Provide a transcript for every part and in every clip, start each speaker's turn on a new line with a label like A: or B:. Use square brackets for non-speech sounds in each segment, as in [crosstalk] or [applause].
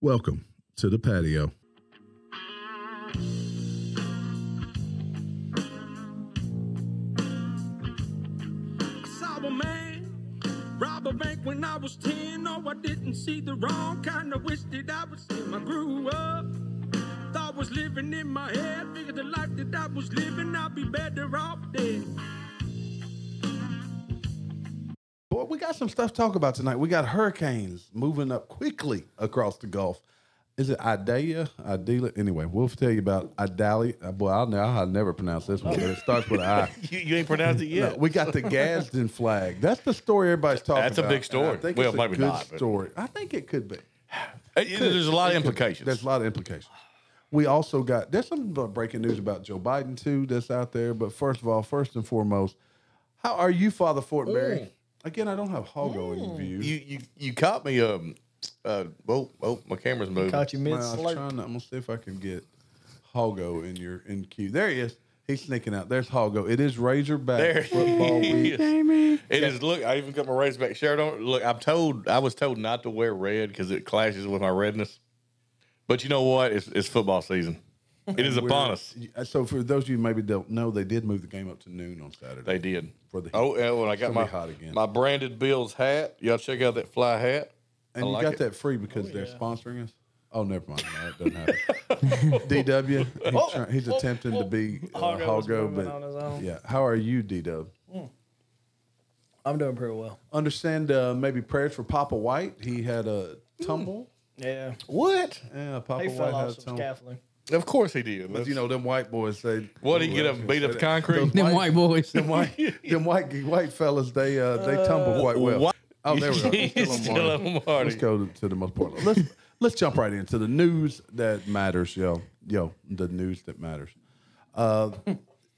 A: Welcome to the patio.
B: I saw a man rob a bank when I was 10. No, I didn't see the wrong kind. I wish that I was him. I grew up. Thought was living in my head. Figured the life that I was living, I'd be better off dead.
C: Boy, we got some stuff to talk about tonight. We got hurricanes moving up quickly across the Gulf. Is it Idea? Idea? Anyway, we'll tell you about Idalia. uh, Boy, I'll, ne- I'll never pronounce this one, but it starts with
D: [laughs]
C: I.
D: You, you ain't pronounced it
C: No,
D: yet.
C: we got the Gadsden flag. That's the story everybody's talking
D: That's a
C: about.
D: big story.
C: And I think
D: Well,
C: it's a
D: maybe
C: good
D: not, but-
C: story. I think it could be.
D: It- it- there's a lot of implications.
C: There's a lot of implications. We also got there's some b- breaking news about Joe Biden too that's out there. But first of all, first and foremost, how are you, Father Fortenberry? Again, I don't have Hogo in view.
D: Mm. you you you caught me. Um, uh, oh oh, my camera's moving.
E: Caught you mid
C: Well, I was
E: slurp.
C: trying to, I'm gonna see if I can get Hogo in your in queue. There he is. He's sneaking out. There's Hogo. It is Razorback
D: There he
C: football week.
D: is. It is. Look, I even got my Razorback shirt on. Look, I'm told I was told not to wear red because it clashes with my redness. But you know what? It's, it's football season.
C: [laughs]
D: It is upon us.
C: So for those of you who maybe don't know, they did move the game up to noon on Saturday.
D: They did.
C: For the heat.
D: oh, and when I got
C: It's
D: my
C: gonna be hot again.
D: my branded Bills hat, y'all check out that fly hat.
C: And
D: I
C: you
D: like
C: got
D: it.
C: that free because they're sponsoring us. Oh, never mind. No, it doesn't happen. [laughs] DW, he's,
E: Oh,
C: trying, he's attempting to be uh,
E: Hogo oh, was
C: Hogo,
E: moving on his
C: but
E: own.
C: yeah. How are you, DW?
E: I'm doing pretty well.
C: Understand uh, maybe prayers for Papa White. He had a tumble.
E: Yeah.
D: What?
C: Yeah, Papa
E: Mm. He
C: White
E: fell
C: had
E: off
C: a
E: some
C: tumble.
E: scaffolding.
D: Of course he did.
C: But you know, them white boys say,
D: what? He get up and beat
C: [laughs]
D: up concrete.
F: Them white boys.
C: Them white, them white, white fellas, they uh, they tumble quite well.
D: why-
C: Oh, there we go.
D: [laughs]
C: We're
D: He's
C: still on
D: still
C: Marty.
D: on Marty.
C: Let's go to the most important. Let's let's jump right into the news that matters, yo, yo, the news that matters. Uh,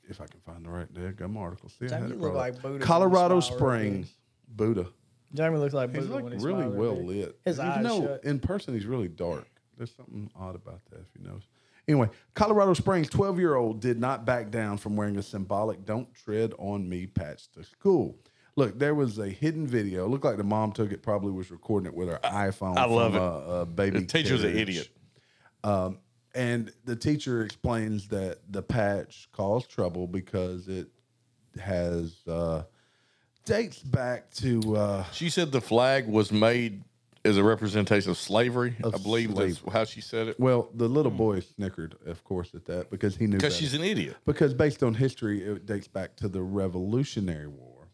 C: if I can find the right damn article, see, I
E: Damn,
C: had
E: you
C: it
E: look
C: brought up.
E: like Buddha when you
C: Colorado
E: smile real big.
C: Springs, Buddha.
E: Jeremy looks like
C: He's
E: Buddha
C: like
E: when he's
C: really well lit.
E: His
C: Even
E: eyes
C: though
E: shut.
C: in person he's really dark. There's something odd about that if you notice. Anyway, Colorado Springs 12 year old did not back down from wearing a symbolic "Don't tread on me" patch to school. Look, there was a hidden video. It looked like the mom took it. Probably was recording it with her iPhone.
D: I love
C: from uh,
D: it.
C: A, a baby.
D: The teacher's an
C: carriage. Um,
D: idiot.
C: And the teacher explains that the patch caused trouble because it has uh, dates back to uh,
D: She said the flag was made as a representation of slavery. I believe that's how she said it.
C: Well, the little boy snickered, of course, at that because he knew.
D: Because
C: better.
D: Hmm. she's an idiot.
C: because based on history, it dates back to the Revolutionary War,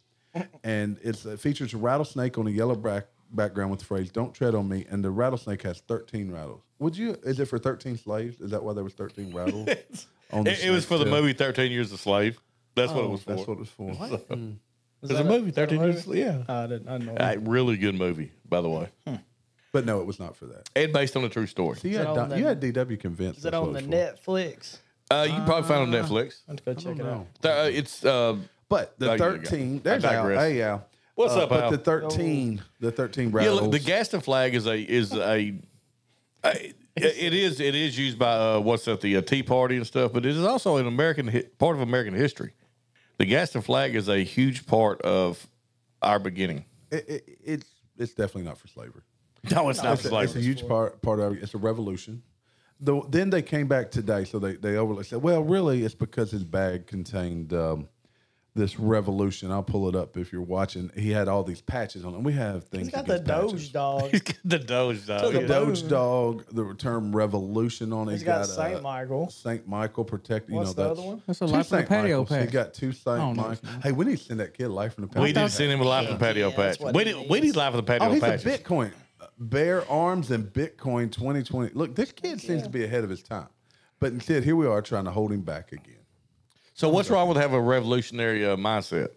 C: and it's, it features a rattlesnake on a yellow back, background with the phrase "Don't tread on me," and the rattlesnake has thirteen rattles. Would you? Is it for thirteen slaves? Is that why there was thirteen
D: [laughs]
C: rattles? on the
D: It, it
C: snake's
D: was for the
C: tail?
D: movie Thirteen Years a Slave. That's what it was for.
C: That's what it was for.
E: Is
D: There's a
E: that
D: movie
E: is that a
D: Thirteen Years a
E: movie?
D: Slave. Yeah,
E: I didn't. I didn't know.
D: A really good movie, by the way,
C: Hmm. But no, it was not for that.
D: and based on a true story.
C: So you had,
E: it on
C: Don- you
E: the-
C: had DW convinced.
E: is that
C: that's what
E: on the
C: it was for.
E: Netflix?
D: Uh, you can probably find it on Netflix.
E: I'm to go check it out.
C: No.
D: Th- uh, it's uh,
C: But the
D: Oh, you got it.
C: thirteen.
D: I
C: There's Al.
D: digress.
C: Hey, Al.
D: What's up,
C: But
D: Al?
C: the thirteen. The thirteen
D: yeah.
C: rattles.
D: Look, the Gaston flag is a is a. I- It is it is used by uh, what's that the uh, Tea Party and stuff, but it is also an American hi- part of American history. The Gaston flag is a huge part of our beginning.
C: it, it, it's it's definitely not for slavery.
D: No, it's not
C: It's a, it's a huge part part of it. It's a revolution. Though then they came back today, so they they overlooked. Said, well, really, it's because his bag contained um, this revolution. I'll pull it up if you're watching. He had all these patches on him. We have things.
E: He's got the
C: against patches. [laughs]
E: Doge dog.
D: [laughs] the Doge dog.
E: To
C: The
E: Yeah.
C: Doge dog. The term revolution on it.
E: He's got
C: uh,
E: Saint Michael.
C: Saint Michael protect. You
E: What's
C: know
E: the
C: that's,
E: other one?
F: That's a
C: two
F: Life from the
C: Saint
F: Patio
C: Michaels. He
F: patch.
C: got two Saint
F: don't know.
C: Michael. Hey, we need to send that kid life from the patio.
D: we didn't send him live on the patio
E: Yeah, that's
D: patch.
E: what
D: We
E: it
D: did, we did
E: is.
D: live on the patio
C: Oh, he's
D: patch.
C: a Bitcoin. Bear arms and Bitcoin 2020. Look, this kid seems to be ahead of his time. But instead, here we are trying to hold him back again.
D: so what's wrong with having a revolutionary uh, mindset?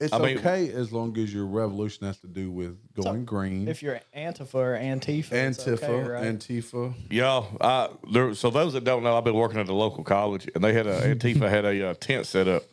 C: It's
D: I mean-
C: okay as long as your revolution has to do with going green,
E: If you're Antifa or Antifa, it's
C: Antifa,
E: okay, right?
C: Antifa.
D: Y'all, I, there, so those that don't know, I've been working at the local college, and they had a Antifa had a uh, tent set up.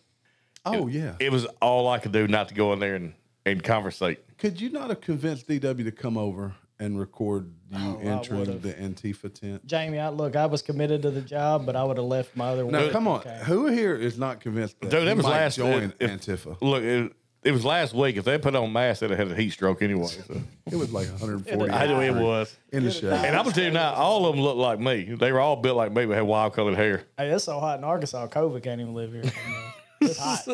C: Oh, yeah.
D: It was all I could do not to go in there and and conversate.
C: Could you not have convinced DW to come over and record you
E: Oh, I
C: entering
E: would've.
C: the Antifa tent?
E: Jamie, I, look, I was committed to the job, but I would have left my other one.
C: Now, come on.
E: Okay.
C: Who here is not convinced that,
D: Dude, that
C: he
D: was
C: might
D: last-
C: join
D: if- if-
C: Antifa?
D: Look, it, It was last week. If they put on masks, they'd have had a heat stroke anyway. So.
C: It was like 140.
D: [laughs] I know it
C: out
D: was.
C: in the shade.
D: And I'm gonna tell you now, all of them looked like me. They were all built like me, but had wild colored [laughs] hair.
E: Hey, it's so hot in Arkansas. COVID can't
C: [laughs]
E: even live here. It's hot.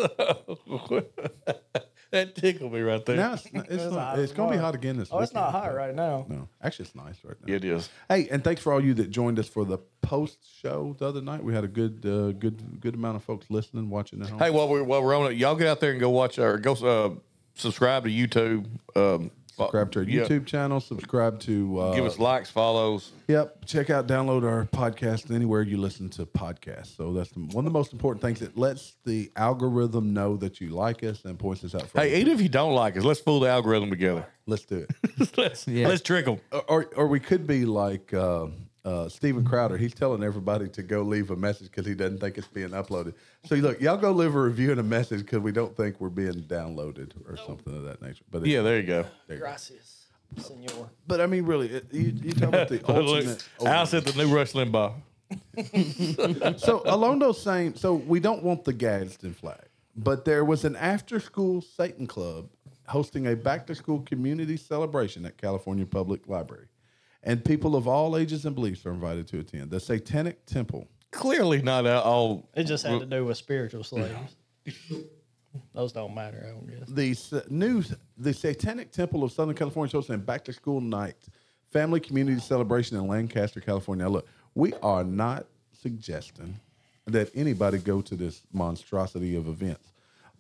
D: that tickled me right there.
C: Now it's, not- it's, not,
E: hot
C: it's going to be
E: tomorrow.
C: hot again this
E: Oh, it's not
C: weekend.
E: hot right now.
C: No, actually, it's nice right now.
D: It is.
C: Hey, and thanks for all you that joined us for the post show the other night. We had a good, uh, good, good amount of folks listening, watching at home.
D: Hey, while we're while we're on it, y'all get out there and go watch our go uh, subscribe to YouTube. Um, fo-
C: subscribe to our
D: yeah.
C: YouTube channel. Subscribe to uh,
D: Give us likes, follows.
C: Yep. Check out, download our podcast anywhere you listen to podcasts. So that's the- one of the most important things. It lets the algorithm know that you like us and points us out. For
D: Hey,
C: other
D: even if you don't like us, let's fool the algorithm together.
C: people. let's do it.
D: [laughs] let's, let's trick them.
C: Or- or, or we could be like uh, uh, Steven Crowder. He's telling everybody to go leave a message because he doesn't think it's being uploaded. So look, y'all go leave a review and a message because we don't think we're being downloaded or something of that nature. But it-
D: Yeah, there you go.
E: Gracias, senor.
C: but I mean, really, it, you you talk about the
D: [laughs] Look,
C: ultimate.
D: Al said the new Rush Limbaugh.
C: so along those same, so we don't want the Gadsden flag, but there was an after-school Satan club hosting a back-to-school community celebration at California Public Library, and people of all ages and beliefs are invited to attend. The Satanic Temple.
D: Clearly not at all.
E: It just had to do with spiritual slaves. Those don't matter, I don't guess.
C: the s- new the Satanic Temple of Southern California is hosting back to school night family community celebration in Lancaster, California. Now, look, we are not suggesting that anybody go to this monstrosity of events,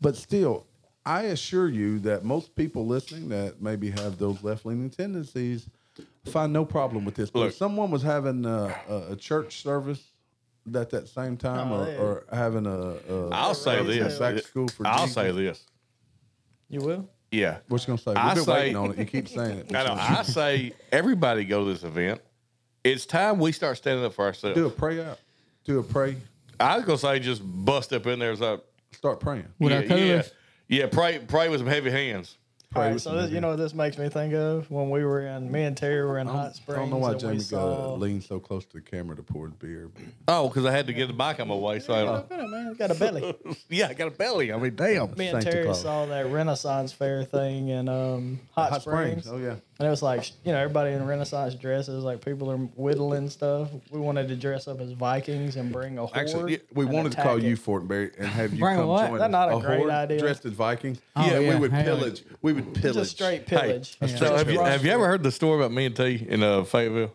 C: but still, I assure you that most people listening that maybe have those left leaning tendencies find no problem with this. But
D: Look.
C: if someone was having a, a, a church service. At that same time,
E: Oh,
C: or,
E: yeah.
C: or having a, a
D: I'll say this.
C: back to school for
D: I'll
C: Jesus.
D: say this.
E: You will?
D: Yeah.
C: What you gonna say? We've
D: I
C: been
D: say-
C: waiting on it. You keep saying it.
D: I know. I say everybody go to this event. It's time we start standing up for ourselves.
C: Do a pray out. Do a pray.
D: I was gonna say just bust up in there. It's like,
C: Start praying.
F: With
D: yeah,
F: our
D: yeah,
F: colors.
D: yeah, pray, pray with some heavy hands.
E: All
C: Pray
E: right,
C: with
E: so
C: some
E: this, you know what this makes me think of? When we were in, me and Terry were in
C: I
E: Hot
C: don't, I
E: Springs.
C: don't know why
E: and we
C: Jamie
E: saw,
C: got leaned so close to the camera to pour the beer. but-
D: Oh, because I had to get the mic on my way. So
E: Look at him, man. Got
C: [laughs]
E: a belly.
D: [laughs] yeah, I got a belly. I mean, damn.
E: Me and
C: Santa
E: Terry
C: Claus.
E: saw that Renaissance fair thing in um, Hot,
C: Hot
E: Springs.
C: Springs. Oh yeah.
E: And it was like, you know, everybody in Renaissance dresses, like people are whittling stuff. We wanted to dress up as Vikings and bring a horde.
C: Actually, yeah, we
E: and
C: wanted to
E: attack
C: call
E: it.
C: you Fortenberry and have you
F: Brian,
C: come
F: what?
C: join us.
E: That's not a great
C: horde
E: idea.
C: dressed as Vikings.
F: Oh,
C: yeah, we
F: yeah.
C: would
F: Hey,
C: pillage. We would pillage.
E: Just straight pillage.
C: a
E: Just
D: So have you,
E: rush
D: have you ever heard the story about me and T in uh, Fayetteville?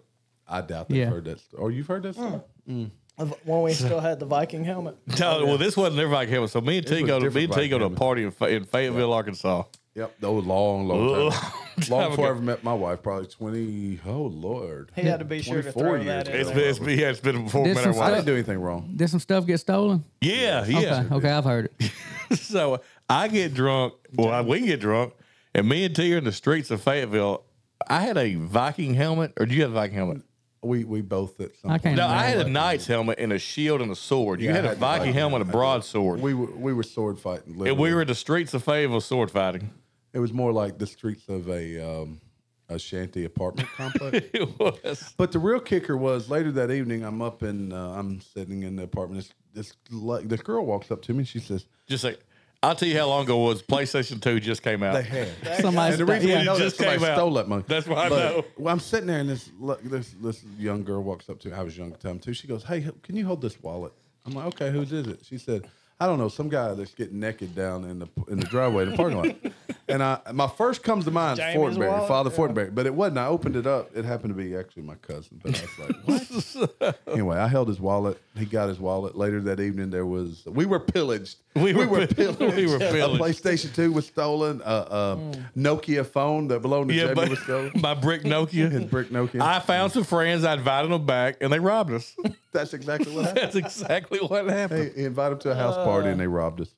C: I doubt they've
F: Yeah.
C: heard that. St- or you've heard that
E: Mm.
C: story?
E: it.
C: [laughs]
E: when we still had the Viking helmet?
D: [laughs] No, well, this wasn't their Viking helmet. So me and T
C: was
D: go to me
C: different
D: and T go to a
C: Viking
D: party in, Fa- in Fayetteville, Arkansas.
C: Yep. That was long,
E: [laughs]
C: long time.
D: Time
C: long before I
D: ago.
C: ever met my wife. Probably twenty. Oh Lord.
E: He had to be sure to
C: 24
E: throw
C: years
E: that in.
D: It's
E: there.
D: been, it's been, yeah, it's been before we
F: There's
D: met our
F: some
C: I
D: wife.
C: didn't do anything wrong.
F: Did some stuff get stolen?
D: Yeah, yeah.
F: Okay, okay, I've heard it.
D: [laughs] So I get drunk. Well, I, we get drunk, and me and T are in the streets of Fayetteville. I had a Viking helmet, or do you have a Viking helmet?
C: We we both at some
F: I
C: point-
F: can't.
D: No,
F: remember.
D: I had a knight's helmet and a shield and a sword. You
C: Yeah, I
D: had a
C: had the
D: Viking
C: Viking
D: helmet, and a broadsword.
C: We were we were sword fighting.
D: and we
C: literally.
D: were in the streets of Fayetteville sword fighting. [laughs]
C: It was more like the streets of a um, a shanty apartment complex.
D: It was.
C: But the real kicker was later that evening. I'm up and uh, I'm sitting in the apartment. This this, like, this girl walks up to me. and She says,
D: Just like, I'll tell you how long ago it was. PlayStation 2 just came out.
C: "They
D: [laughs]
C: had."
F: Somebody
C: And the
F: sta-
C: reason we
F: yeah.
C: know that
D: just
C: somebody
D: came out.
C: stole that money.
D: That's why I
C: But-
D: know.
C: Well, I'm sitting there, and this lo- this this young girl walks up to me. I was young at the time too. She goes, "Hey, h- can you hold this wallet?" I'm like, "Okay, whose is it?" She said, "I don't know, some guy that's getting naked down in the in the driveway, in the parking
D: [laughs]
C: lot." And I, my first comes to mind is
E: Jamie's
C: Fortenberry,
E: wallet?
C: Father Fortenberry, but it wasn't. I opened it up. It happened to be actually my cousin. But I was like, "What?"
D: [laughs]
C: anyway, I held his wallet. He got his wallet. Later that evening, there was we were pillaged.
D: We were pill- [laughs] we were
C: A
D: pillaged.
C: PlayStation Two was stolen. A uh, Nokia phone that belonged to
D: Yeah,
C: Jamie was
D: [laughs] but
C: stolen.
D: my brick Nokia.
C: His brick Nokia.
D: I found some friends. I invited them back, and they robbed us. [laughs]
C: That's exactly what happened.
D: That's exactly what happened. [laughs]
C: They invited him to a house party and they
D: Uh.
C: robbed us.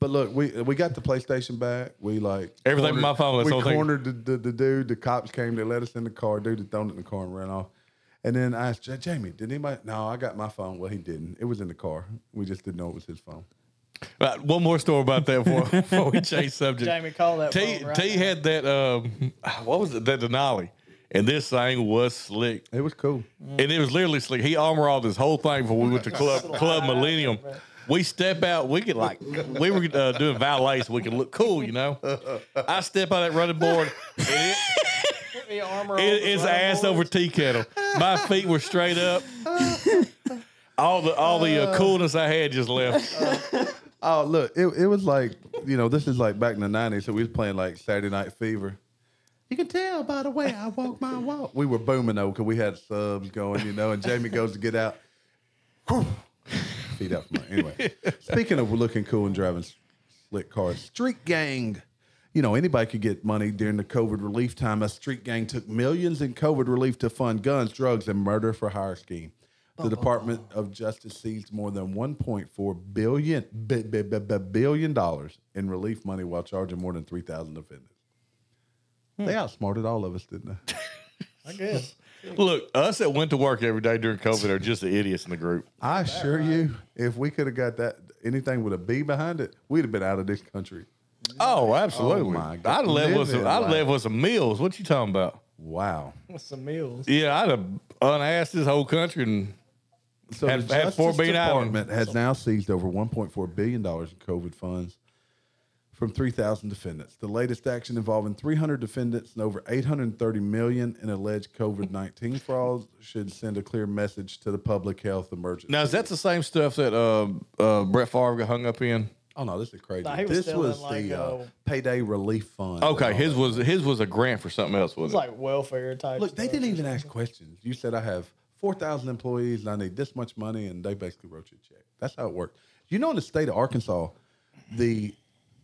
C: But look, we we got the PlayStation back. We like
D: Everything but my phone, that's
C: We
D: the whole thing.
C: cornered the, the, the dude. The cops came. They let us in the car. Dude had thrown it in the car and ran off. And then I asked Ja- Jamie, "Did anybody?" No, I got my phone. Well, he didn't. It was in the car. We just didn't know it was his phone.
D: Right, one more story about that before, [laughs] before we change subject.
E: Jamie, call that
D: T,
E: phone right
D: T
E: now.
D: had that. Um, [sighs] what was it? That Denali, and this thing was slick,
C: It was cool.
E: Mm. [laughs]
D: and it was literally slick. He armor all this whole thing before we went to club Club Millennium. we step out. We could like we were uh, doing valets. We could look cool,
C: [laughs]
D: you know. I step out that running board. and it- it is ass over tea kettle. My feet were straight up. All the all the uh, coolness I had just left.
C: Oh, look, it, it was like, you know, this is like back in the 90s. So we was playing like Saturday Night Fever. You can tell by the way I walk my walk. We were booming though because we had subs going, you know, and Jamie goes to get out. Whew. Feet up. My, anyway, speaking of looking cool and driving slick cars, Street Gang. You know, anybody could get money during the COVID relief time. A street gang took millions in COVID relief to fund guns, drugs, and murder for hire scheme. The Department of Justice seized more than 1.4 billion bi- bi- bi- bi- billion dollars in relief money while charging more than 3,000 offenders. They outsmarted all of us, didn't they?
E: I guess. [laughs]
D: Look, us that went to work every day during COVID are just the idiots in the group.
C: I assure you, if we could have got that anything with a B behind it, we'd have been out of this country.
D: Oh, absolutely.
C: Oh, my God.
D: I'd have left with some.
C: Living
D: I'd have
C: life.
D: left with some meals. What you talking about?
C: Wow.
E: With some meals.
D: Yeah, I'd have unasked this whole country and
C: So
D: Had-
C: the
D: had
C: Justice
D: Fort Bend Island.
C: Department has now seized over 1.4 billion dollars in COVID funds from 3,000 defendants. The latest action involving 300 defendants and over 830 million in alleged COVID-19 frauds should send a clear message to the public health emergency.
D: Now is that the same stuff that uh, uh, Brett Favre got hung up in?
C: oh no, this is crazy.
E: Nah, he was
C: this
E: selling,
C: was
E: like,
C: the uh,
E: uh,
C: payday relief fund.
D: Okay,
C: his.
D: his was his was a grant for something else,
E: It's
D: wasn't it?
E: like welfare type.
C: Look, they
E: stuff.
C: didn't even ask questions. You said I have four thousand employees and I need this much money, and they basically wrote you a check. That's how it worked. You know, in the state of Arkansas, the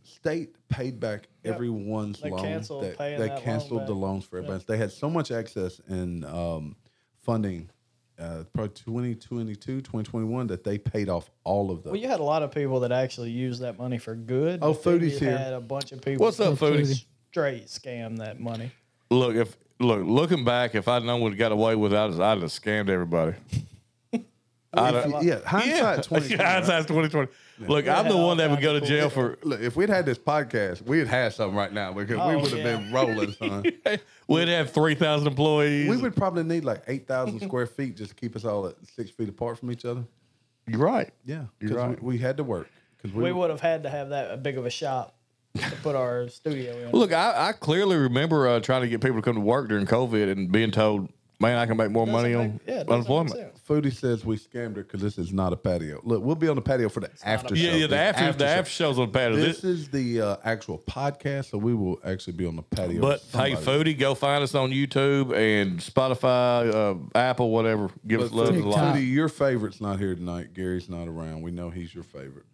C: state paid back everyone's
E: They
C: loan.
E: canceled
C: that-
E: paying
C: they
E: that loan
C: canceled the
E: back.
C: loans for everybody. They had so much excess in um, funding. Uh, probably 2022, 2021, that they paid off all of those.
E: Well, you had a lot of people that actually used that money for good.
C: Oh,
E: but then
C: Foodie's
E: you
C: here.
E: Had a bunch of people.
D: What's up,
E: that
D: foodies?
E: Straight scam that money.
D: Look, if look looking back, if I'd known what got away with, I'd, I'd have scammed everybody.
C: If you- yeah,
E: [laughs]
C: hindsight
D: [laughs]
C: 20.
D: yeah, hindsight's twenty twenty. Look, I'm
E: Yeah,
D: the one that
E: all
D: would go to
E: kinds of
D: jail
E: cool-
D: for.
C: Look, if we'd had this podcast, we'd had something right now because we
E: Oh,
C: would have
E: yeah.
C: been rolling, son.
E: [laughs]
D: We'd have three thousand employees.
C: We would probably need like
D: [laughs]
C: 8,000 square feet just to keep us all at six feet apart from each other.
D: You're right.
C: Yeah.
D: You're
C: Because
D: right.
C: we, we had to work. Because we,
E: We would have had to have that big of a shop to put our studio in.
D: Look, I, I clearly remember uh, trying to get people to come to work during COVID and being told, "Man, I can make more money
E: Doesn't
D: on
E: make- yeah, it doesn't make
D: unemployment."
E: sense.
C: Foodie says we scammed her because this is not a patio. Look, we'll be on the patio for the after show.
D: Yeah, yeah. The
C: This
D: after, the after shows on the patio.
C: This
D: This,
C: is the uh, actual podcast, so we will actually be on the patio.
D: but
C: with
D: hey,
C: somebody.
D: foodie, go find us on YouTube and Spotify, uh, Apple, whatever. Give us
C: But
D: love.
C: Foodie,
D: and like.
C: Foodie, your favorite's not here tonight. Gary's not around. We know he's your favorite.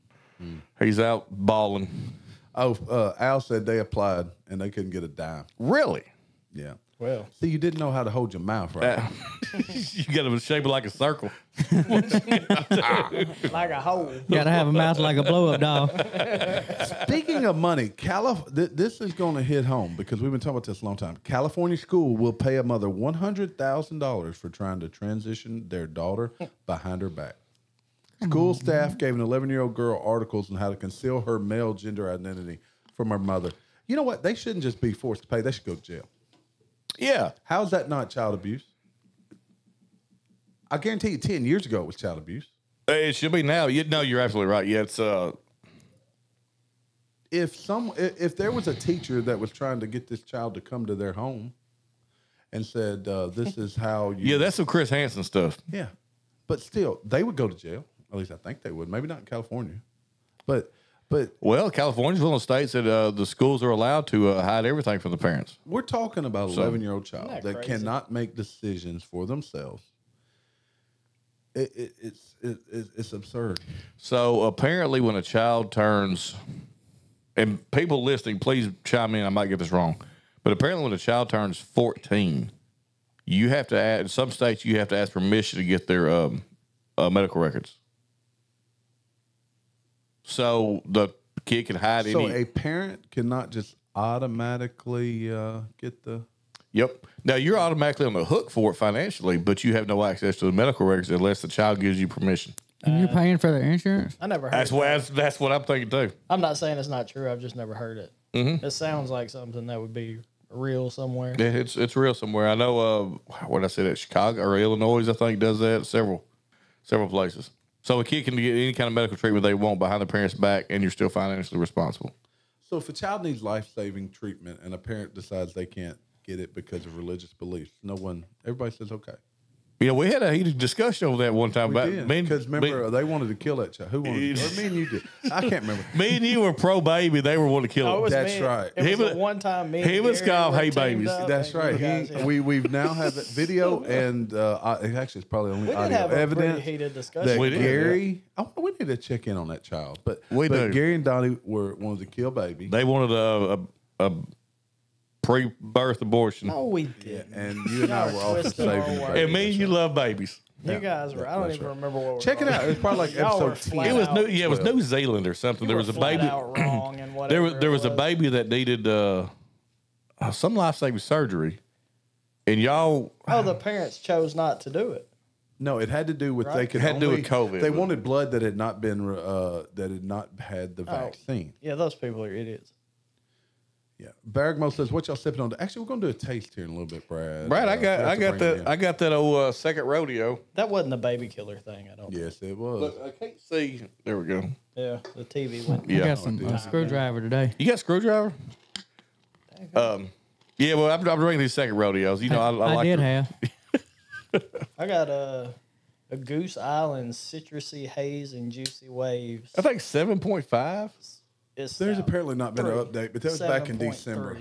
D: He's out balling.
C: Oh, uh, Al said they applied and they couldn't get a dime.
D: Really?
C: Yeah.
E: Well,
C: See, you didn't know how to hold your mouth, right?
D: [laughs] you got to shape it like a circle.
E: like a hole.
F: Gotta have a mouth like a blow up dog.
C: Speaking of money, Calif- th- this is going to hit home because we've been talking about this a long time. California school will pay a mother $100,000 for trying to transition their daughter behind her back. School staff gave an 11 year old girl articles on how to conceal her male gender identity from her mother. You know what? They shouldn't just be forced to pay, they should go to jail.
D: Yeah.
C: How is that not child abuse? I guarantee you, 10 years ago, it was child abuse.
D: It should be now. You, no, you're absolutely right. Yeah, it's uh,
C: if some i- if there was a teacher that was trying to get this child to come to their home and said uh, this is how you
D: yeah, that's some Chris Hansen stuff.
C: yeah but still they would go to jail at least i think they would maybe not in california but but
D: Well, California's one of the states that uh, the schools are allowed to uh, hide everything from the parents.
C: we're talking about an 11 year old child that,
E: that crazy?
C: cannot make decisions for themselves it, it, it's it, it, it's absurd
D: So apparently, when a child turns, and people listening, please chime in. I might get this wrong, but apparently, when a child turns 14, you have to add. In some states, you have to ask permission to get their um, uh, medical records. So the kid can hide
C: so
D: any.
C: a parent cannot just automatically uh, get the
D: yep. Now you're automatically on the hook for it financially, but you have no access to the medical records unless the child gives you permission.
F: [laughs] And you're paying for their insurance?
E: I never heard.
D: That's
E: that.
D: what that's, that's what I'm thinking too.
E: I'm not saying it's not true. I've just never heard it. It sounds like something that would be real somewhere.
D: Mm-hmm. Yeah, it's it's real somewhere. I know. Uh, what did I say that Chicago or Illinois, I think, does that several several places. So a kid can get any kind of medical treatment they want behind the parents' back, and you're still financially responsible.
C: So if a child needs life saving treatment and a parent decides they can't get it because of religious beliefs, no one, everybody says okay.
D: You know, we had a heated discussion over that one time about me and-
C: Because remember,
D: me,
C: they wanted to kill that child. Who wanted? To, or me and you did. I can't
E: [laughs]
C: remember.
D: me and you were pro baby. They were wanting to kill
E: Oh, it
D: him.
E: was
C: That's
E: me.
C: right.
E: It
D: He
E: was,
D: was-
E: one time me.
D: he
E: and
D: was
E: Gary
D: called,
E: were
D: "Hey,
E: teamed
D: babies."
E: up
C: That's
E: and
C: right.
E: you guys,
C: He,
E: yeah.
C: we we've now have that video and uh, I, actually it's probably only
E: did
C: audio
E: have a
C: evidence.
E: pretty heated discussion
C: That
D: We did, yeah.
C: Gary, I wonder- we need to check in on that child. But
D: We
C: but
D: do.
C: Gary and Donnie were wanted to kill baby,
D: They wanted a, a, a pre-birth abortion,
E: No, we did.
C: and you and I
E: Y'all
C: were
E: are
C: off for
E: twisting our
C: saving the
E: words.
C: baby.
D: and me and you love babies.
E: You guys were. I don't
C: That's
E: even
C: right.
E: remember what. we were
C: Check it
E: on.
C: out. It's probably like
E: Y'all were
C: episode
E: flat
D: It
C: ten.
D: was
E: out-
D: New, yeah, it was New Zealand or something.
E: you
D: there
E: were
D: was a
E: flat
D: baby. [clears throat]
E: out wrong and
D: There
E: whatever.
D: was there
E: it
D: was a baby that needed uh, uh, some life-saving surgery, and y'all
E: Oh, the parents chose not to do it.
C: No, it had to do with they
E: Right.
C: could
D: Had to do
C: only-
D: with COVID,
C: They
D: wasn't
C: wanted blood that had not been uh, that had not had the vaccine.
E: Yeah, those people are idiots.
C: Yeah. Bergmo says, "What y'all sipping on?" Actually, we're gonna do a taste here in a little bit, Brad.
D: Brad, I
C: Uh,
D: got
C: we'll
D: I
C: have to
D: got
C: bring it
D: that
C: in.
D: I got that old uh, second rodeo.
E: That wasn't the baby killer thing. I don't. Yeah,
C: yes, it was.
D: Look, I can't see. There we go.
E: the TV went.
F: I
D: Yeah,
F: got some uh, screwdriver today.
D: you got a screwdriver? Um, yeah. Well, I'm, I'm drinking these second rodeos. You know, I, I,
F: I,
D: like
F: did
D: to-
F: have.
E: I got a a Goose Island citrusy haze and juicy waves.
D: I think seven point five.
E: It's
C: There's
E: out.
C: apparently not been an
E: Three.
C: update, but that was back in
E: 7.3.
C: December.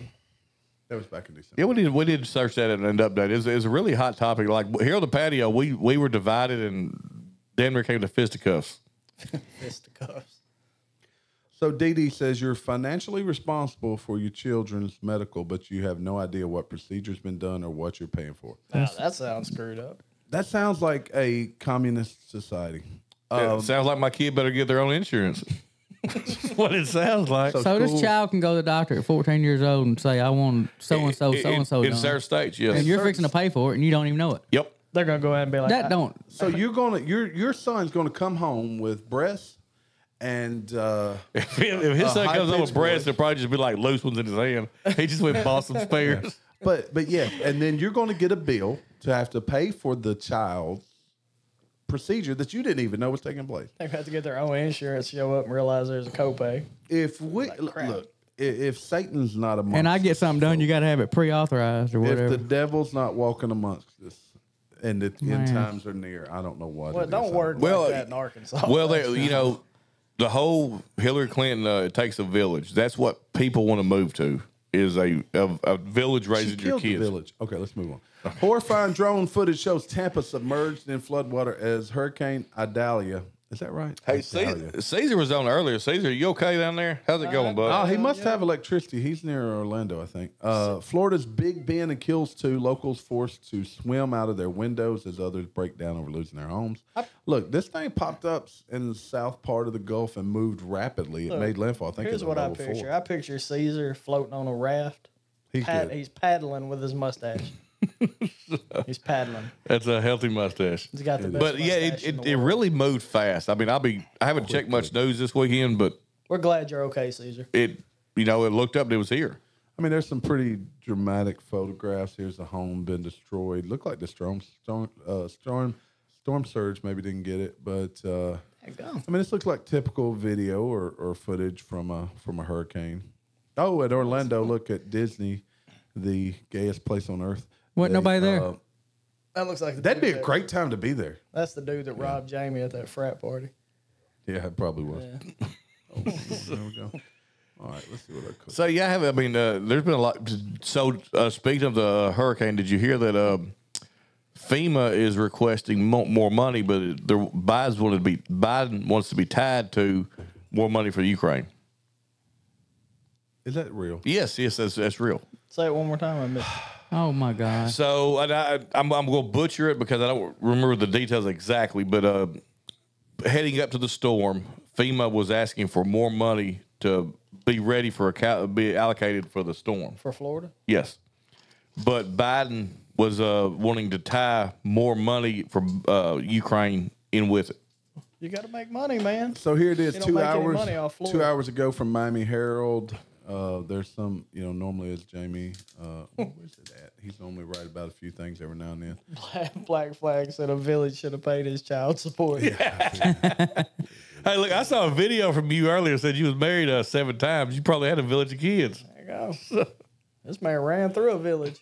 C: That was back in December.
D: Yeah, we did. We did search that and update. It's, it's a really hot topic. Like here on the patio, we we were divided and Denver came to fisticuffs. [laughs]
E: Fisticuffs.
C: So Dee Dee says you're financially responsible for your children's medical, but you have no idea what procedure's been done or what you're paying for.
E: Wow, that sounds screwed up.
C: That sounds like a communist society. Um,
D: Yeah, sounds like my kid better get their own
C: [laughs]
D: insurance. That's what it sounds like.
F: So
C: cool.
F: this child can go to the doctor at 14 years old and say, "I want so and so,
D: In-
F: so and so
D: in, in
F: done,"
D: certain states. Yes.
F: and you're fixing to pay for it, and you don't even know it.
D: yep. [laughs]
E: They're gonna go ahead and be like
F: That don't.
C: So
E: Uh-huh.
C: you're gonna your your son's gonna come home with breasts and uh,
D: If, if his son comes up
C: high-pitched
D: with breasts,
C: voice.
D: they'll probably just be like loose ones in his hand. He just went bought
C: [laughs]
D: some spares.
C: but but yeah, and then you're gonna get a bill to have to pay for the child's procedure that you didn't even know was taking place.
E: they have to get their own insurance, show up and realize there's a copay.
C: If we look,
E: crap.
C: i- if Satan's not amongst
F: And I get something done, you got to have it pre-authorized or
C: if
F: whatever.
C: the devil's not walking amongst us and the end
F: Man.
C: times are near, I don't know what.
E: Well,
C: it is. I
E: don't work
D: Well,
E: like that in Arkansas.
D: Well, they, you know, the whole Hillary Clinton uh, it takes a village. That's what people want to move to is a a, a village
C: She
D: raising your
C: killed the
D: kids.
C: village. Okay, let's move on. Horrifying drone footage shows Tampa submerged in floodwater as Hurricane Idalia. Is that right?
D: Hey,
C: Idalia.
D: Caesar, Caesar was on earlier. Caesar, you okay down there? How's it
E: Uh,
D: going,
C: Oh,
D: bud?
C: he must have electricity. He's near Orlando, I think. Uh, Florida's Big Bend and kills two locals forced to swim out of their windows as others break down over losing their homes. Look, this thing popped up in the south part of the Gulf and moved rapidly. It made landfall. I think
E: Here's
C: it's
E: what I
C: level
E: picture.
C: four.
E: I picture Caesar floating on a raft.
C: He's
E: Pad-
C: good.
E: he's paddling with his mustache. he's paddling.
D: That's a healthy mustache.
E: He's got the best
D: But yeah, it,
E: mustache in
D: it,
E: the
D: it
E: world.
D: really moved fast. I mean, I'll be I haven't checked much news this weekend, but
E: We're glad you're okay, Caesar.
D: it you know it looked up and it was here.
C: I mean, there's some pretty dramatic photographs. Here's a home been destroyed. Looked like the storm storm uh, storm storm surge maybe didn't get it, but uh, I mean, this looks like typical video or, or footage from a from a hurricane. Oh, at Orlando, look at Disney, the gayest place on earth. uh,
F: Wasn't nobody there.
E: That looks like the
C: that'd be
E: dude
C: a
E: that-
C: great time to be there.
E: That's the dude that robbed Jamie at that frat party.
C: Yeah, it probably was. [laughs] Oh, there we go. All right, let's see what I cook.
D: So yeah, I have. I mean, uh, there's been a lot. So uh, speaking of the hurricane, did you hear that um, FEMA is requesting mo- more money, but it- the Biden's wanted to be Biden wants to be tied to more money for Ukraine.
C: Is that real?
D: Yes, yes, that's that's real.
E: Say it one more time. I missed. it.
F: Oh my god.
D: So and I, I'm I'm going to butcher it because I don't remember the details exactly. But uh, heading up to the storm, FEMA was asking for more money to be ready for a ca- be allocated for the storm.
E: For Florida,
D: Yes, but Biden was uh, wanting to tie more money from uh, Ukraine in with it.
E: you got to make money, man.
C: So here it is,
E: They don't
C: two
E: make any
C: hours
E: money off
C: two
E: Florida.
C: hours ago from Miami Herald. Uh, there's some, you know, normally it's Jamie. Uh, where's it at? He's normally right about a few things every now and then.
E: Black Flag said a village should have paid his child support.
D: Hey, look, I saw a video from you earlier said you was married uh, seven times. You probably had a village of kids.
E: There you go. This man ran through a village.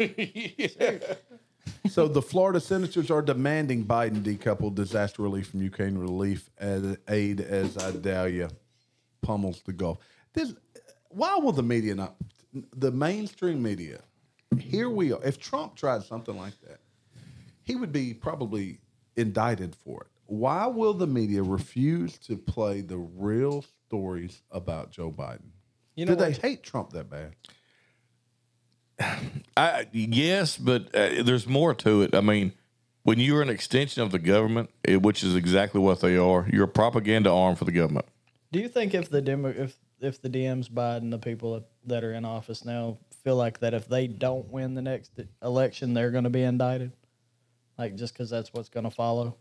C: So the Florida senators are demanding Biden decouple disaster relief from Ukraine relief as aid as Idalia pummels the Gulf. This, why will the media not? The mainstream media. Here we are. If Trump tried something like that, he would be probably indicted for it. Why will the media refuse to play the real stories about Joe Biden?
E: You know
C: Do they
E: what?
C: hate Trump that bad?
D: I yes, but uh, there's more to it. I mean, when you are an extension of the government, eh, which is exactly what they are, you're a propaganda arm for the government.
E: Do you think if the demo, if if the DMs Biden, the people that are in office now feel like that if they don't win the next election, they're going to be indicted, like just because that's what's going to follow?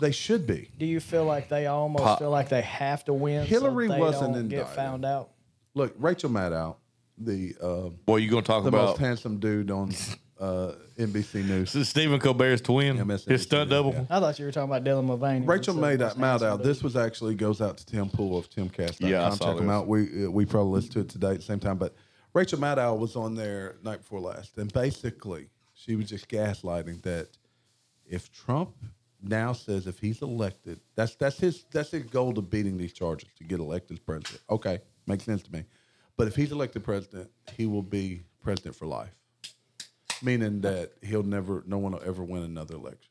C: They should be.
E: Do you feel like they almost
D: Pop-
E: feel like they have to win?
C: Hillary
E: so they
C: wasn't
E: don't
C: indicted.
E: get found out.
C: Look, Rachel Maddow, the uh,
D: Boy, you gonna talk
C: the
D: about
C: most handsome dude on uh, NBC News.
D: S- [laughs] Stephen Colbert's twin,
C: MSNBC,
D: his stunt
C: yeah,
D: double.
C: yeah.
E: I thought you were talking about Dylan Mulvaney.
C: Rachel
E: He
C: Maddow,
E: was the most handsome
C: Maddow.
E: dude.
C: This was actually goes out to Tim Pool of Timcast.
D: Yeah, I saw
C: check him
D: this.
C: out. We uh, we probably listened to it today at the same time. But Rachel Maddow was on there night before last, and basically she was just gaslighting that if Trump now says if he's elected, that's that's his that's his goal to beating these charges to get elected as president. Okay, makes sense to me. But if he's elected president, he will be president for life, meaning that he'll never, no one will ever win another election.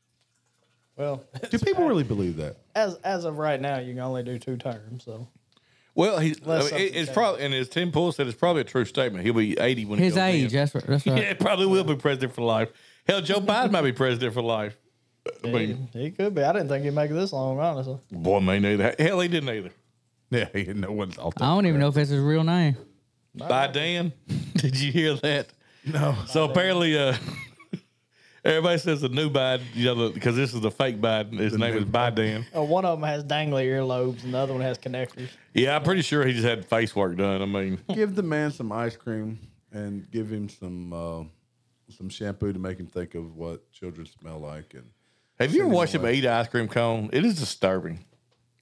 E: Well, [laughs]
C: Do people really believe that?
E: as as of right now, you can only do two terms. So
D: Well, he, I mean,
E: Less
D: it- it's
E: substantive.
D: probably and as Tim Pool said, it's probably a true statement. He'll be 80 when he
F: His
D: goes in.
F: age. That's right.
D: [laughs]
F: That's
D: Yeah,
F: right.
D: it probably will be president for life. Hell, Joe Biden might be president for life. I
E: he,
D: mean,
E: he could be. I didn't think he'd make it this long, honestly.
D: boy, me neither. Hell, he didn't either. [laughs]
C: Yeah, no one thought
F: I don't even know if that's his real name.
D: By Dan, [laughs] did you hear that? No. So apparently, uh, [laughs] everybody says the new Biden, you know, because this is the fake Biden. His name is By Dan.
E: Uh, one of them has dangly earlobes, and the other one has connectors.
D: Yeah, I'm pretty sure he just had face work done. I mean,
C: Give the man some ice cream and give him some uh, some shampoo to make him think of what children smell like, and
D: have you ever watched him eat an ice cream cone? It is disturbing.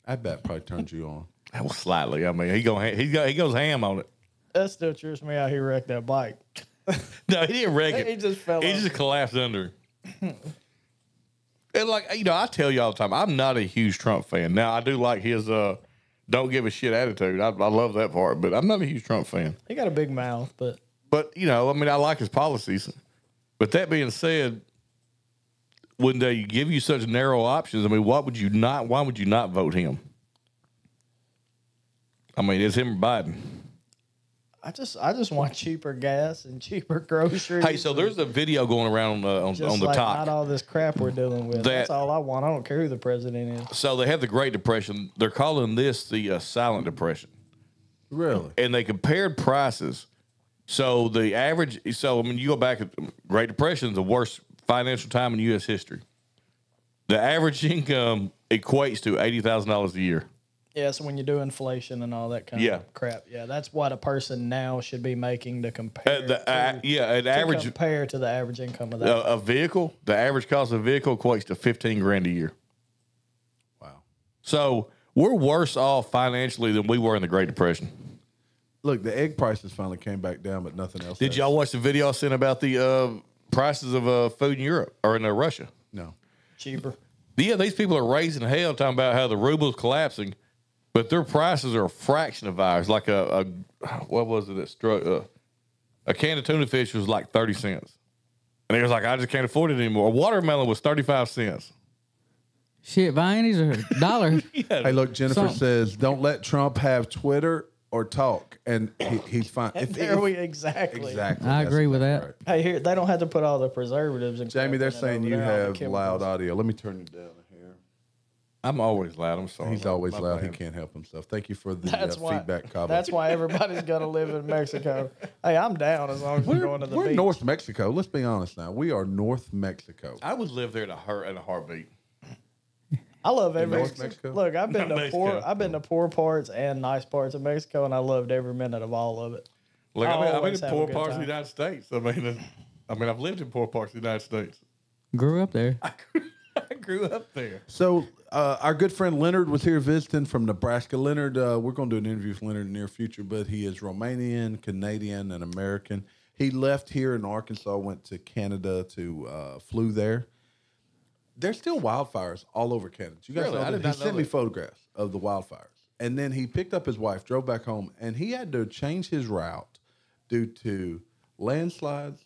C: I bet probably turns you on.
D: Well, slightly. I mean, he go he go, he goes ham on it.
E: That still cheers me out. He wrecked that bike.
D: [laughs] No, he didn't wreck it.
E: He just fell.
D: He
E: off.
D: just collapsed
E: [laughs]
D: under. and like you know, I tell you all the time, I'm not a huge Trump fan. Now I do like his uh, don't give a shit attitude. I, I love that part, but I'm not a huge Trump fan.
E: he got a big mouth, but
D: But you know, I mean, I like his policies. But that being said, when they give you such narrow options, I mean, what would you not? Why would you not vote him? I mean, it's him or Biden.
E: I just I just want cheaper gas and cheaper groceries.
D: Hey, so there's a video going around uh, on,
E: just
D: on the
E: like
D: top.
E: Not all this crap we're dealing with. That's
D: That-
E: all I want. I don't care who the president is.
D: So they have the Great Depression. They're calling this the uh, Silent Depression,
C: Really?
D: and they compared prices. So the average, so I mean, you go back, Great Depression is the worst financial time in U.S. history. The average [laughs] income equates to eighty thousand dollars a year.
E: Yeah, so when you do inflation and all that kind
D: Yeah.
E: of crap, yeah, that's what a person now should be making to compare.
D: Uh, the, uh,
E: to,
D: yeah, an
E: to
D: average
E: compare to the average income of that.
D: uh, a vehicle. The average cost of a vehicle equates to fifteen grand a year.
C: Wow.
D: So we're worse off financially than we were in the Great Depression.
C: Look, the egg prices finally came back down, but nothing else.
D: Did
C: has.
D: y'all watch the video I sent about the uh, prices of uh, food in Europe or in uh, Russia?
C: No.
D: [laughs]
E: cheaper.
D: Yeah, these people are raising hell talking about how the ruble's collapsing, but their prices are a fraction of ours. Like a, a what was it that struck? Uh, a can of tuna fish was like 30 cents. And they was like, I just can't afford it anymore. A watermelon was 35 cents.
F: Shit, Viannies
D: [laughs]
F: or dollar.
C: Hey, look, Jennifer
F: Some-
C: says, don't let Trump have Twitter or talk, and he, he's fine. If-
E: [laughs] there
C: if-
E: we exactly.
C: exactly.
F: I
C: that's
F: agree with
C: exactly
F: that.
E: Hey, here they don't have to put all the preservatives. And
C: Jamie,
E: crap
C: they're
E: in it
C: saying
E: over
C: you
E: there, all the
C: have
E: chemicals.
C: loud uh, audio. Let me turn it down here.
D: I'm always loud. I'm sorry.
C: He's always
D: My
C: loud. He
D: bad.
C: can't help himself. Thank you for the
E: [laughs] That's
C: uh,
E: why.
C: feedback comment.
E: That's why everybody's gonna live in
D: [laughs]
E: Mexico. Hey, I'm down as long as we're
C: We're,
E: going to the
C: we're
E: beach.
C: North Mexico. Let's be honest now. We are North Mexico.
D: I would live there in a, heart, in a heartbeat.
E: I love every
C: North Mexico?
E: look. I've been to
D: Mexico.
E: poor. I've been to poor parts and nice parts of Mexico, and I loved every minute of all of it.
D: Like, I mean, I've been
E: Always
D: in
E: have a
D: poor
E: good
D: parts of
E: time.
D: the United States. I mean, [laughs] uh, I mean, I've lived in poor parts of the United States.
F: Grew up there.
D: [laughs] I grew up there.
C: So uh, our good friend Leonard was here visiting from Nebraska. Leonard, uh, we're going to do an interview with Leonard in the near future, but he is Romanian, Canadian, and American. He left here in Arkansas, went to Canada to uh, flew there. There's still wildfires all over Canada. You guys
D: Really?
C: know
D: I
C: that?
D: did not
C: he
D: know
C: sent me
D: that.
C: photographs of the wildfires, and then he picked up his wife, drove back home, and he had to change his route due to landslides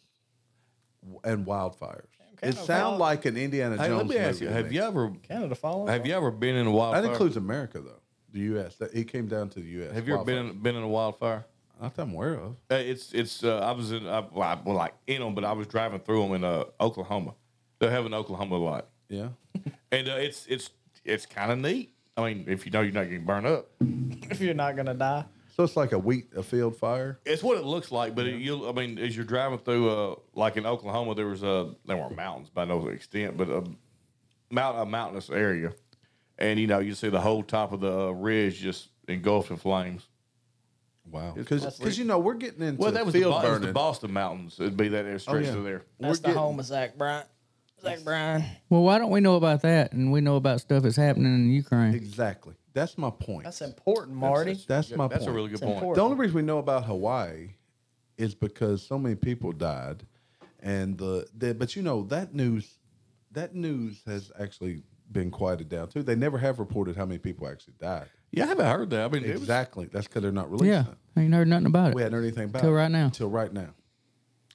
C: and wildfires. It
E: Canada
C: sounds
E: wild-
C: like an Indiana
D: Hey,
C: Jones.
D: let me ask you:
C: movie to
D: Have
C: me.
D: you ever
E: Canada falling.
D: have you ever been in a wildfire?
C: That includes America, though. The U.S. That he came down to the U.S.
D: Have you ever been
C: Wildfires.
D: in, been in a wildfire?
C: Not that I'm aware of.
D: Uh, it's it's. Uh, I was in. I, well, I, well, like in them, but I was driving through them in uh, Oklahoma. They have an Oklahoma lot,
C: Yeah.
D: and uh, it's it's it's kind of neat. I mean, if you know you're not getting burned up,
E: If you're not gonna die,
C: [laughs] So it's like a wheat a field fire.
D: it's what it looks like. But you, I mean, as you're driving through, uh, like in Oklahoma, there was uh, there weren't mountains by no extent, but a mount a mountainous area, and you know you see the whole top of the uh, ridge just engulfed in flames.
C: Wow. Because you know we're getting into
D: Well, that was, the,
C: field
D: Oh, Bo- it was
C: burning.
D: the Boston Mountains. It'd be that air stretch
C: yeah.
D: through there.
E: that's
C: We're
E: the
C: getting-
E: home of Zach Bryant. Zach Bryan.
F: Well, why don't we know about that? And we know about stuff that's happening in Ukraine.
C: Exactly. That's my point.
E: That's important, Marty.
C: That's my
D: That's
C: point.
D: a really good
E: It's
D: point.
E: important.
C: The only reason we know about Hawaii is because so many people died, and the, the but you know that news that news has actually been quieted down too. They never have reported how many people actually died.
D: Yeah, I haven't heard that. I mean, it was- [laughs]
C: Exactly. That's because they're not releasing.
F: Yeah,
C: it.
F: ain't heard nothing about
C: We
F: it.
C: hadn't heard anything about
F: Till
C: it.
F: right now.
C: Till right now.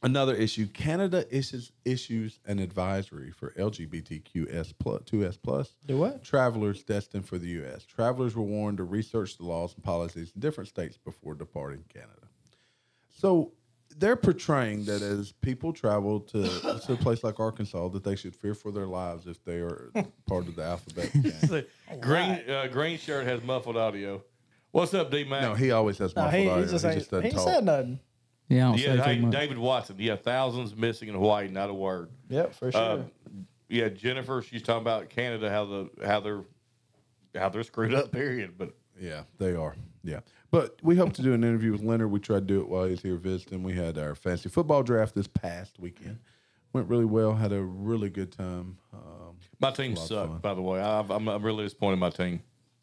C: Another issue: Canada issues issues an advisory for LGBTQS plus two S plus
E: Do what?
C: travelers destined for the U.S. Travelers were warned to research the laws and policies in different states before departing Canada. So they're portraying that as people travel to, to a place like Arkansas, that they should fear for their lives if they are part of the
E: [laughs]
C: alphabet. gang.
D: green uh, green shirt has muffled audio. What's up, D Mac?
C: no, he always has
E: no,
C: muffled
E: he, he
C: audio.
E: just
C: he
E: ain't-
C: just doesn't
E: he
C: talk.
E: said nothing.
F: Yeah, I don't
D: yeah,
F: say
D: hey,
F: too much.
D: David Watson. Yeah, thousands missing in Hawaii, not a word.
E: Yep, for sure.
D: Uh, yeah, Jennifer, she's talking about Canada, how the how they're how they're screwed up. Period. But
C: Yeah, they are. Yeah. But we hope to do an interview with Leonard. We tried to do it while he was here visiting. We had our fantasy football draft this past weekend. Went really well. Had a really good time. Um,
D: my team
C: of fun.
D: sucked, by the way. I've, I'm, I'm really disappointed in my team.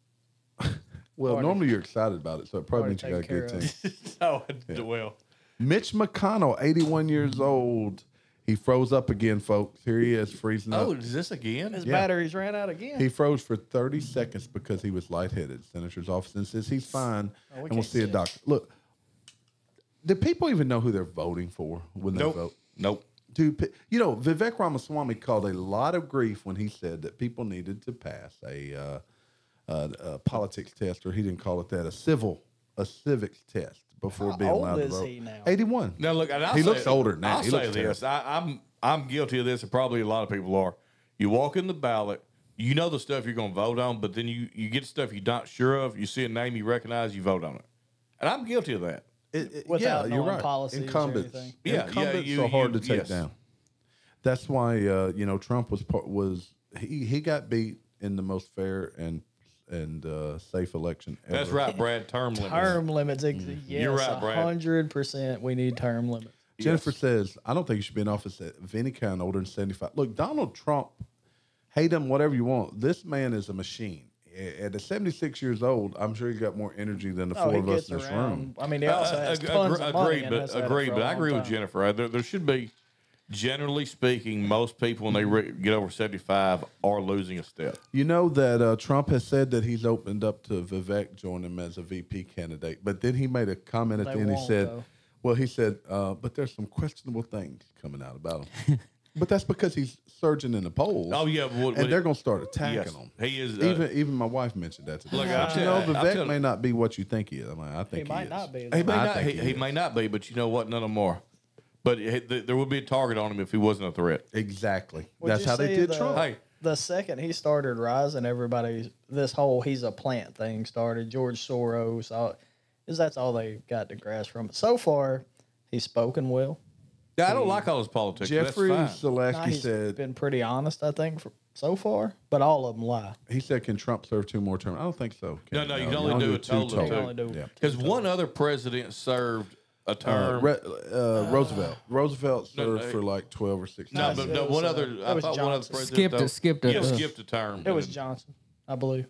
D: [laughs]
C: well,
E: Already-
C: normally you're excited about it, so it probably means you got a
E: Already
C: good
E: taken
C: team.
D: oh, well.
C: [laughs] Mitch McConnell, 81 years old. He froze up again, folks. Here he is, freezing
D: Oh,
C: up.
D: is this again?
E: His batteries ran out again.
C: He froze for 30 seconds because he was lightheaded. Senator's office and says he's fine
E: we
C: and we'll
E: can't
C: see a
E: see it.
C: doctor. Look, do people even know who they're voting for when they
D: Nope.
C: vote?
D: Nope.
C: to p- you know Vivek Ramaswamy called a lot of grief when he said that people needed to pass a, uh, a, a politics test, or he didn't call it that, a civil a civics test before
E: How
C: being
E: old
C: allowed to
E: is
C: vote.
E: he now?
C: Eighty one.
D: Now look, and I'll
C: He
D: say-
C: looks older now.
D: I'll
C: He
D: say
C: looks
D: this: I, I'm I'm guilty of this, and probably a lot of people are. You walk in the ballot, you know the stuff you're going to vote on, but then you you get stuff you're not sure of. You see a name you recognize, you vote on it, and I'm guilty of that.
C: It- it-
E: Without
C: yeah, you're
E: knowing
C: right.
E: policies or
C: incumbents.
E: anything.
D: Yeah, yeah,
C: incumbents
D: you-
C: are hard
D: you-
C: to take
D: yes.
C: down. That's why uh, you know Trump was part, was he he got beat in the most fair and and uh, safe election ever.
D: That's right, Brad. Term limits.
E: term limits. Ex-
C: Mm-hmm.
E: yes,
D: You're right, Brad.
E: hundred percent. We need term limits.
C: Jennifer says, I don't think you should be in office at of any kind older than 75. Look, Donald Trump, hate him, whatever you want. This man is a machine. A- At 76 years old, I'm sure he's got more energy than the
E: Oh,
C: four
E: he
C: of us
E: gets
C: in this
E: around.
C: room.
E: I mean, he also has
D: Uh, Ag-
E: tons
D: agree-
E: of money.
D: agree,
E: and has
D: but
E: had it
D: agree,
E: for a
D: but I
E: long
D: agree with
E: time.
D: Jennifer. There, there should be, generally speaking, most people when they re- get over seventy five are losing a step.
C: You know that uh, Trump has said that he's opened up to Vivek joining him as a VP candidate, but then he made a comment at
E: They
C: the end. He
E: won't,
C: said,
E: though.
C: Well, he said, uh, but there's some questionable things coming out about
E: [laughs]
C: him. but that's because he's surging in the polls.
D: Oh yeah, but what-
C: and
D: what-
C: they're going to start attacking
D: yes,
C: him.
D: He is. Uh,
C: even even my wife mentioned that today.
D: Look,
C: She
D: I'll
C: said,
D: tell
C: you
D: you-
C: know,
D: I'll
C: Vivek
D: tell-
C: may not be what you think he is. I'm like, I think he,
E: might
C: is. [laughs]
E: not be.
D: He may
C: I
D: not.
C: think
D: He,
C: he
D: he
C: is.
D: may not be, but you know what? None of them are. But it, th- there would be a target on him if he wasn't a threat.
C: Exactly.
E: Would
C: That's
E: you
C: how they
E: say
C: did
E: the-
C: Trump.
D: Hey.
E: The second he started rising, everybody, this whole he's a plant thing started. George Soros, all, is that's all they got to grasp from it. So far, he's spoken well.
D: Yeah, I don't like all his politics. but
C: Jeffrey
D: that's fine.
E: Nah,
C: Selasky
E: he's
C: said,
E: been pretty honest, I think, for, so far, but all of them lie.
C: He said, "Can Trump serve two more terms?" I don't think so. uh,
D: No, no, you can only do a total of
E: You
D: two.
E: can only do
C: Yeah.
D: Because one other president served a
C: Uh,
D: term.
C: Re- uh, Roosevelt. Roosevelt
D: no,
C: served
D: no.
C: for like twelve or sixteen.
D: no,
E: it
D: but
E: was,
D: no, one
E: uh,
D: other.
E: it
D: I
E: was
D: thought one other
E: Johnson.
D: president
F: Skipped it-
D: though-
F: skipped it,
D: Yeah,
F: uh,
D: skipped a term.
E: It was
D: And-
E: Johnson, I believe.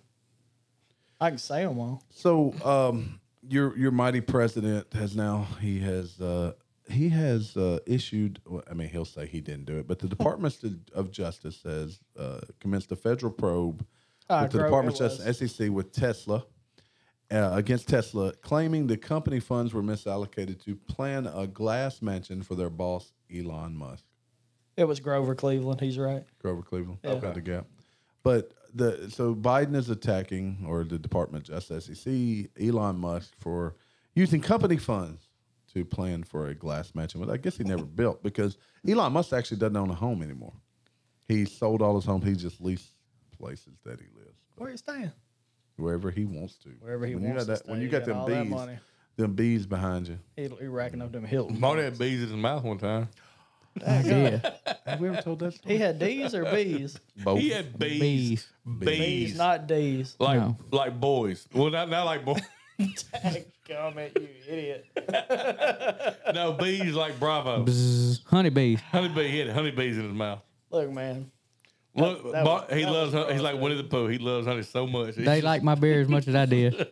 E: I can say them all.
C: So um, your your mighty president has now he has uh, he has uh, issued. Well, I mean, he'll say he didn't do it, but the Department of Justice has uh, commenced a federal probe
E: Ah,
C: with the
E: Gro-
C: Department
E: it
C: of Justice and SEC with Tesla uh, against Tesla, claiming the company funds were misallocated to plan a glass mansion for their boss Elon Musk.
E: It was Grover Cleveland. He's right.
C: Grover Cleveland. Okay. The gap. But the so Biden is attacking or the Department of Justice SEC Elon Musk for using company funds to plan for a glass mansion, which I guess he never
E: [laughs]
C: built because Elon Musk actually doesn't own a home anymore. He sold all his homes. He just leased places that he lives
E: Where you staying?
C: wherever he wants to.
E: Wherever he
C: when
E: wants
C: You got
E: to
C: that, when
E: stay,
C: you
E: he
C: got
E: got
C: them
E: all that
C: bees,
E: money.
C: them bees behind you.
E: He, he racking up them hills.
D: Marty had bees in his mouth one time.
F: idea.
C: Have we ever told that story?
E: He had D's or B's?
C: Both.
D: He had bees. Bees.
F: Bees.
E: B's, not D's.
D: like
F: No.
D: like boys. Well, not not like
E: [laughs]
D: boys.
E: Comment, you idiot.
D: no bees like Bravo.
F: Bzzz. Honeybees.
D: Honeybee. He had honeybees in his mouth.
E: Look, man.
D: Look,
E: that
D: Mar-
E: was-
D: he
E: that
D: loves.
E: was
D: Honey, he's
E: gross,
D: like Winnie the Pooh. He loves honey so much. He's
F: They like my beer as much as
D: [laughs]
F: I did.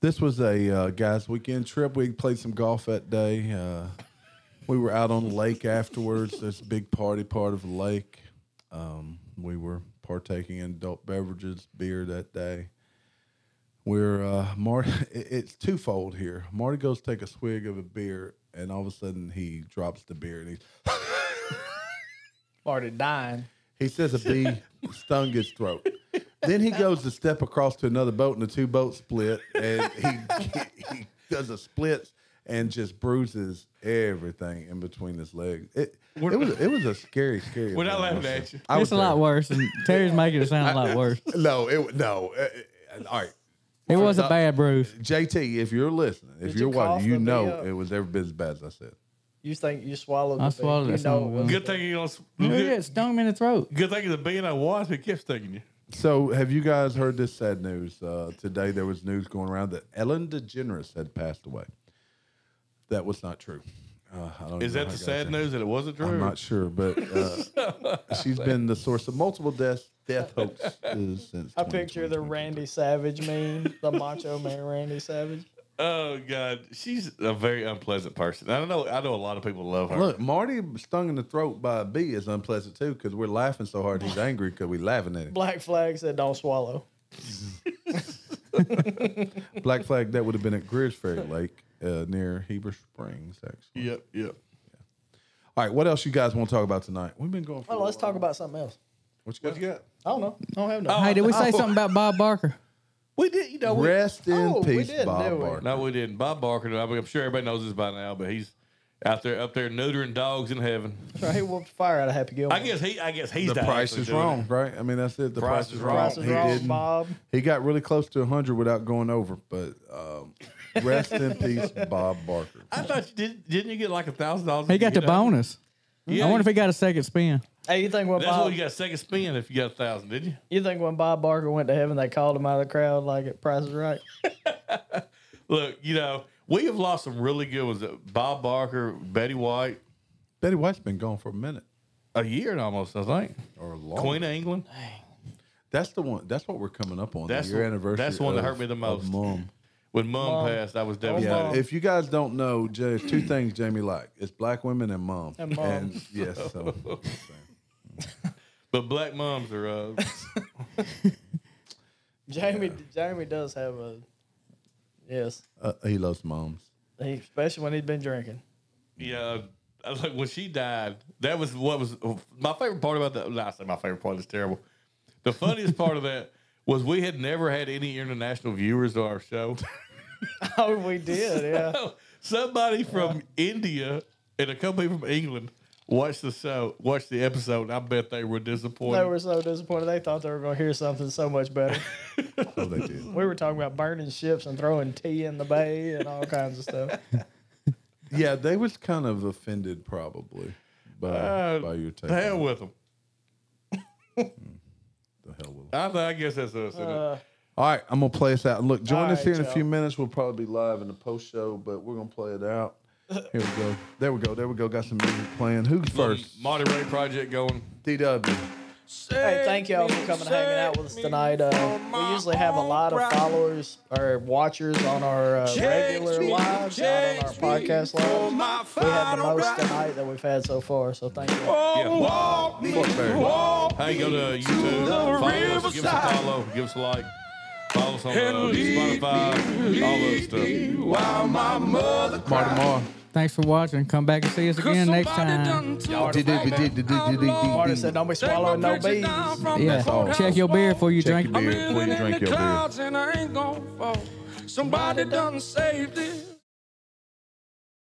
C: This was a uh, guys' weekend trip. We played some golf that day. Uh, we were out on the lake afterwards. This big party part of the lake. Um, we were partaking in adult beverages, beer that day. We're uh, [laughs] Marty. It's twofold here. Marty goes to take a swig of a beer, and all of a sudden he drops the beer, and he
E: Already dying.
C: he says a
D: [laughs]
C: bee stung his throat. Then he goes to step across to another boat, and the two boats split, and he he does a split and just bruises everything in between his legs. It, it was it was a scary, scary.
D: We're not
C: event.
D: laughing at you.
C: I
F: it's
C: was
F: a lot worse, and Terry's making it sound a lot worse.
C: there. No, it no. uh, uh, all right,
F: It was a
C: not-
F: bad bruise.
C: JT, if you're listening, if
E: Did
C: you're
E: you cough uh,
C: watching, you
E: the bee
C: know
E: up?
C: it was every bit as bad as I said.
E: You think you swallowed?
F: I
E: the bee.
F: swallowed
E: You
F: it,
E: know
F: son of
E: it
F: a
E: was-
D: Good thing you don't.
F: Look at it
D: Good,
F: stung me in the throat.
D: good thing the being I was, it kept stinging you.
C: So, have you guys heard this sad news? Uh, today there was news going around that Ellen DeGeneres had passed away. That was not true. Uh, I don't even know
D: Is that the
C: how I got
D: sad
C: there.
D: news that it wasn't true?
C: I'm not sure, but
D: [laughs]
C: uh, she's been the source of multiple deaths, death hoaxes since.
E: I picture the
C: 2020.
E: Randy Savage meme, the Macho Man Randy Savage.
D: Oh God, she's a very unpleasant person. I don't know. I know a lot of people love her.
C: Look, Marty stung in the throat by a bee is unpleasant too because we're laughing so hard he's angry because we're laughing
D: [laughs]
C: at him.
E: Black Flag said, "Don't swallow."
C: Black flag that would have been at Greer's Ferry Lake uh, near Heber Springs, actually.
D: Yep, yep.
C: All right, what else you guys want to talk about tonight? We've been going. For
E: Oh,
C: a
E: let's
C: while.
E: talk about something else.
C: What you got?
E: I don't know. I don't have
D: Oh.
E: no.
F: Hey, did we say something about Bob Barker?
D: We did. You know, we,
C: Rest in
E: Oh, we
C: peace,
E: didn't,
C: Bob
E: did we?
C: Barker.
D: No, we didn't. Bob Barker. I mean, I'm sure everybody knows this by now, but he's out there, up there neutering dogs in heaven.
E: He whooped the fire out of Happy Gilmore.
D: I guess he. I guess he's
C: The
D: not
C: price
D: actually
C: is
D: doing it.
C: wrong, right? I mean, that's it. The price, is wrong.
E: Price is
C: he
E: wrong,
C: didn't.
E: Bob.
C: He got really close to 100 without going over, but
E: [laughs]
C: um, rest in peace, Bob Barker.
D: I thought you did. Didn't you get like a thousand dollars?
F: He got the bonus.
D: Yeah,
F: I wonder if he got a second spin.
E: Hey, you think when
D: That's
E: Bob,
D: what you
E: you,
D: got a second spin if you got a thousand, did you?
E: think when Bob Barker went to heaven, they called him out of the crowd like at Price is Right?
D: Look, you know, we have lost some really good ones. Uh, Bob Barker, Betty White,
C: Betty White's been gone for a minute
D: a year almost, I think.
C: or long.
D: Queen of England.
C: That's the one. That's what we're coming up on.
D: That's
C: the year
D: the-
C: anniversary.
D: that's the one that
C: of-
D: hurt me the
C: of
D: most.
C: Mum.
D: When Mum
E: Mom.
D: passed,
F: Oh,
D: I was devastated.
C: Yeah.
E: Mum.
C: If you guys don't know, Ja- there's two things Jamie like. It's black women and mom.
E: And Mum.
C: yes. So,
D: But black moms are. Uh, [laughs]
E: Jamie, Jamie does have a yes,
C: uh, he loves moms.
E: he, especially when he'd been drinking. [laughs]
D: Yeah, I was like when she died. That was what was my favorite part about that. Not say my favorite part is terrible. The funniest part of that was we had never had any international viewers to our show. [laughs]
E: Oh, we did, yeah.
D: Somebody from India and a company from England watched the show, watched the episode. and I bet they were disappointed.
E: They were so disappointed. They thought they were going to hear something so much better.
C: Oh, they did. [laughs]
E: We were talking about burning ships and throwing tea in the bay and all kinds of stuff.
C: yeah, they was kind of offended probably by
D: Uh,
C: by your take.
D: the hell
C: on it.
D: with them.
C: The hell with it.
D: I, I guess that's us. isn't it?
C: All right, I'm gonna play us out. Look, join
E: All
C: us
E: right,
C: here in a
E: y'all.
C: few minutes. We'll probably be live in the post show, but we're gonna play it out. Here we go. There we go. There we go. Got some music playing. Who's first?
D: Marty Ray project going.
C: DW.
E: Hey, thank y'all for coming and hanging out with us tonight. Uh, we usually have a lot of followers or watchers on our uh, regular lives, not on our podcast lives. We had the most tonight that we've had so far, so thank
B: Oh.
E: you.
D: Yeah. Hey, go to YouTube. Follow us. Give us a follow. Give us a like. Follow us on uh, Spotify. All that stuff.
C: Marty Mar.
F: Thanks for watching. Come back and see us again next time.
E: Marty said, "Don't be swallowing no bees."
F: Yeah, check your beer before you drink it.
B: I'm
G: Beer,
B: living
G: please
B: in
G: drink
B: the
G: your beer.
B: clouds and I ain't gonna fall. Somebody done saved it.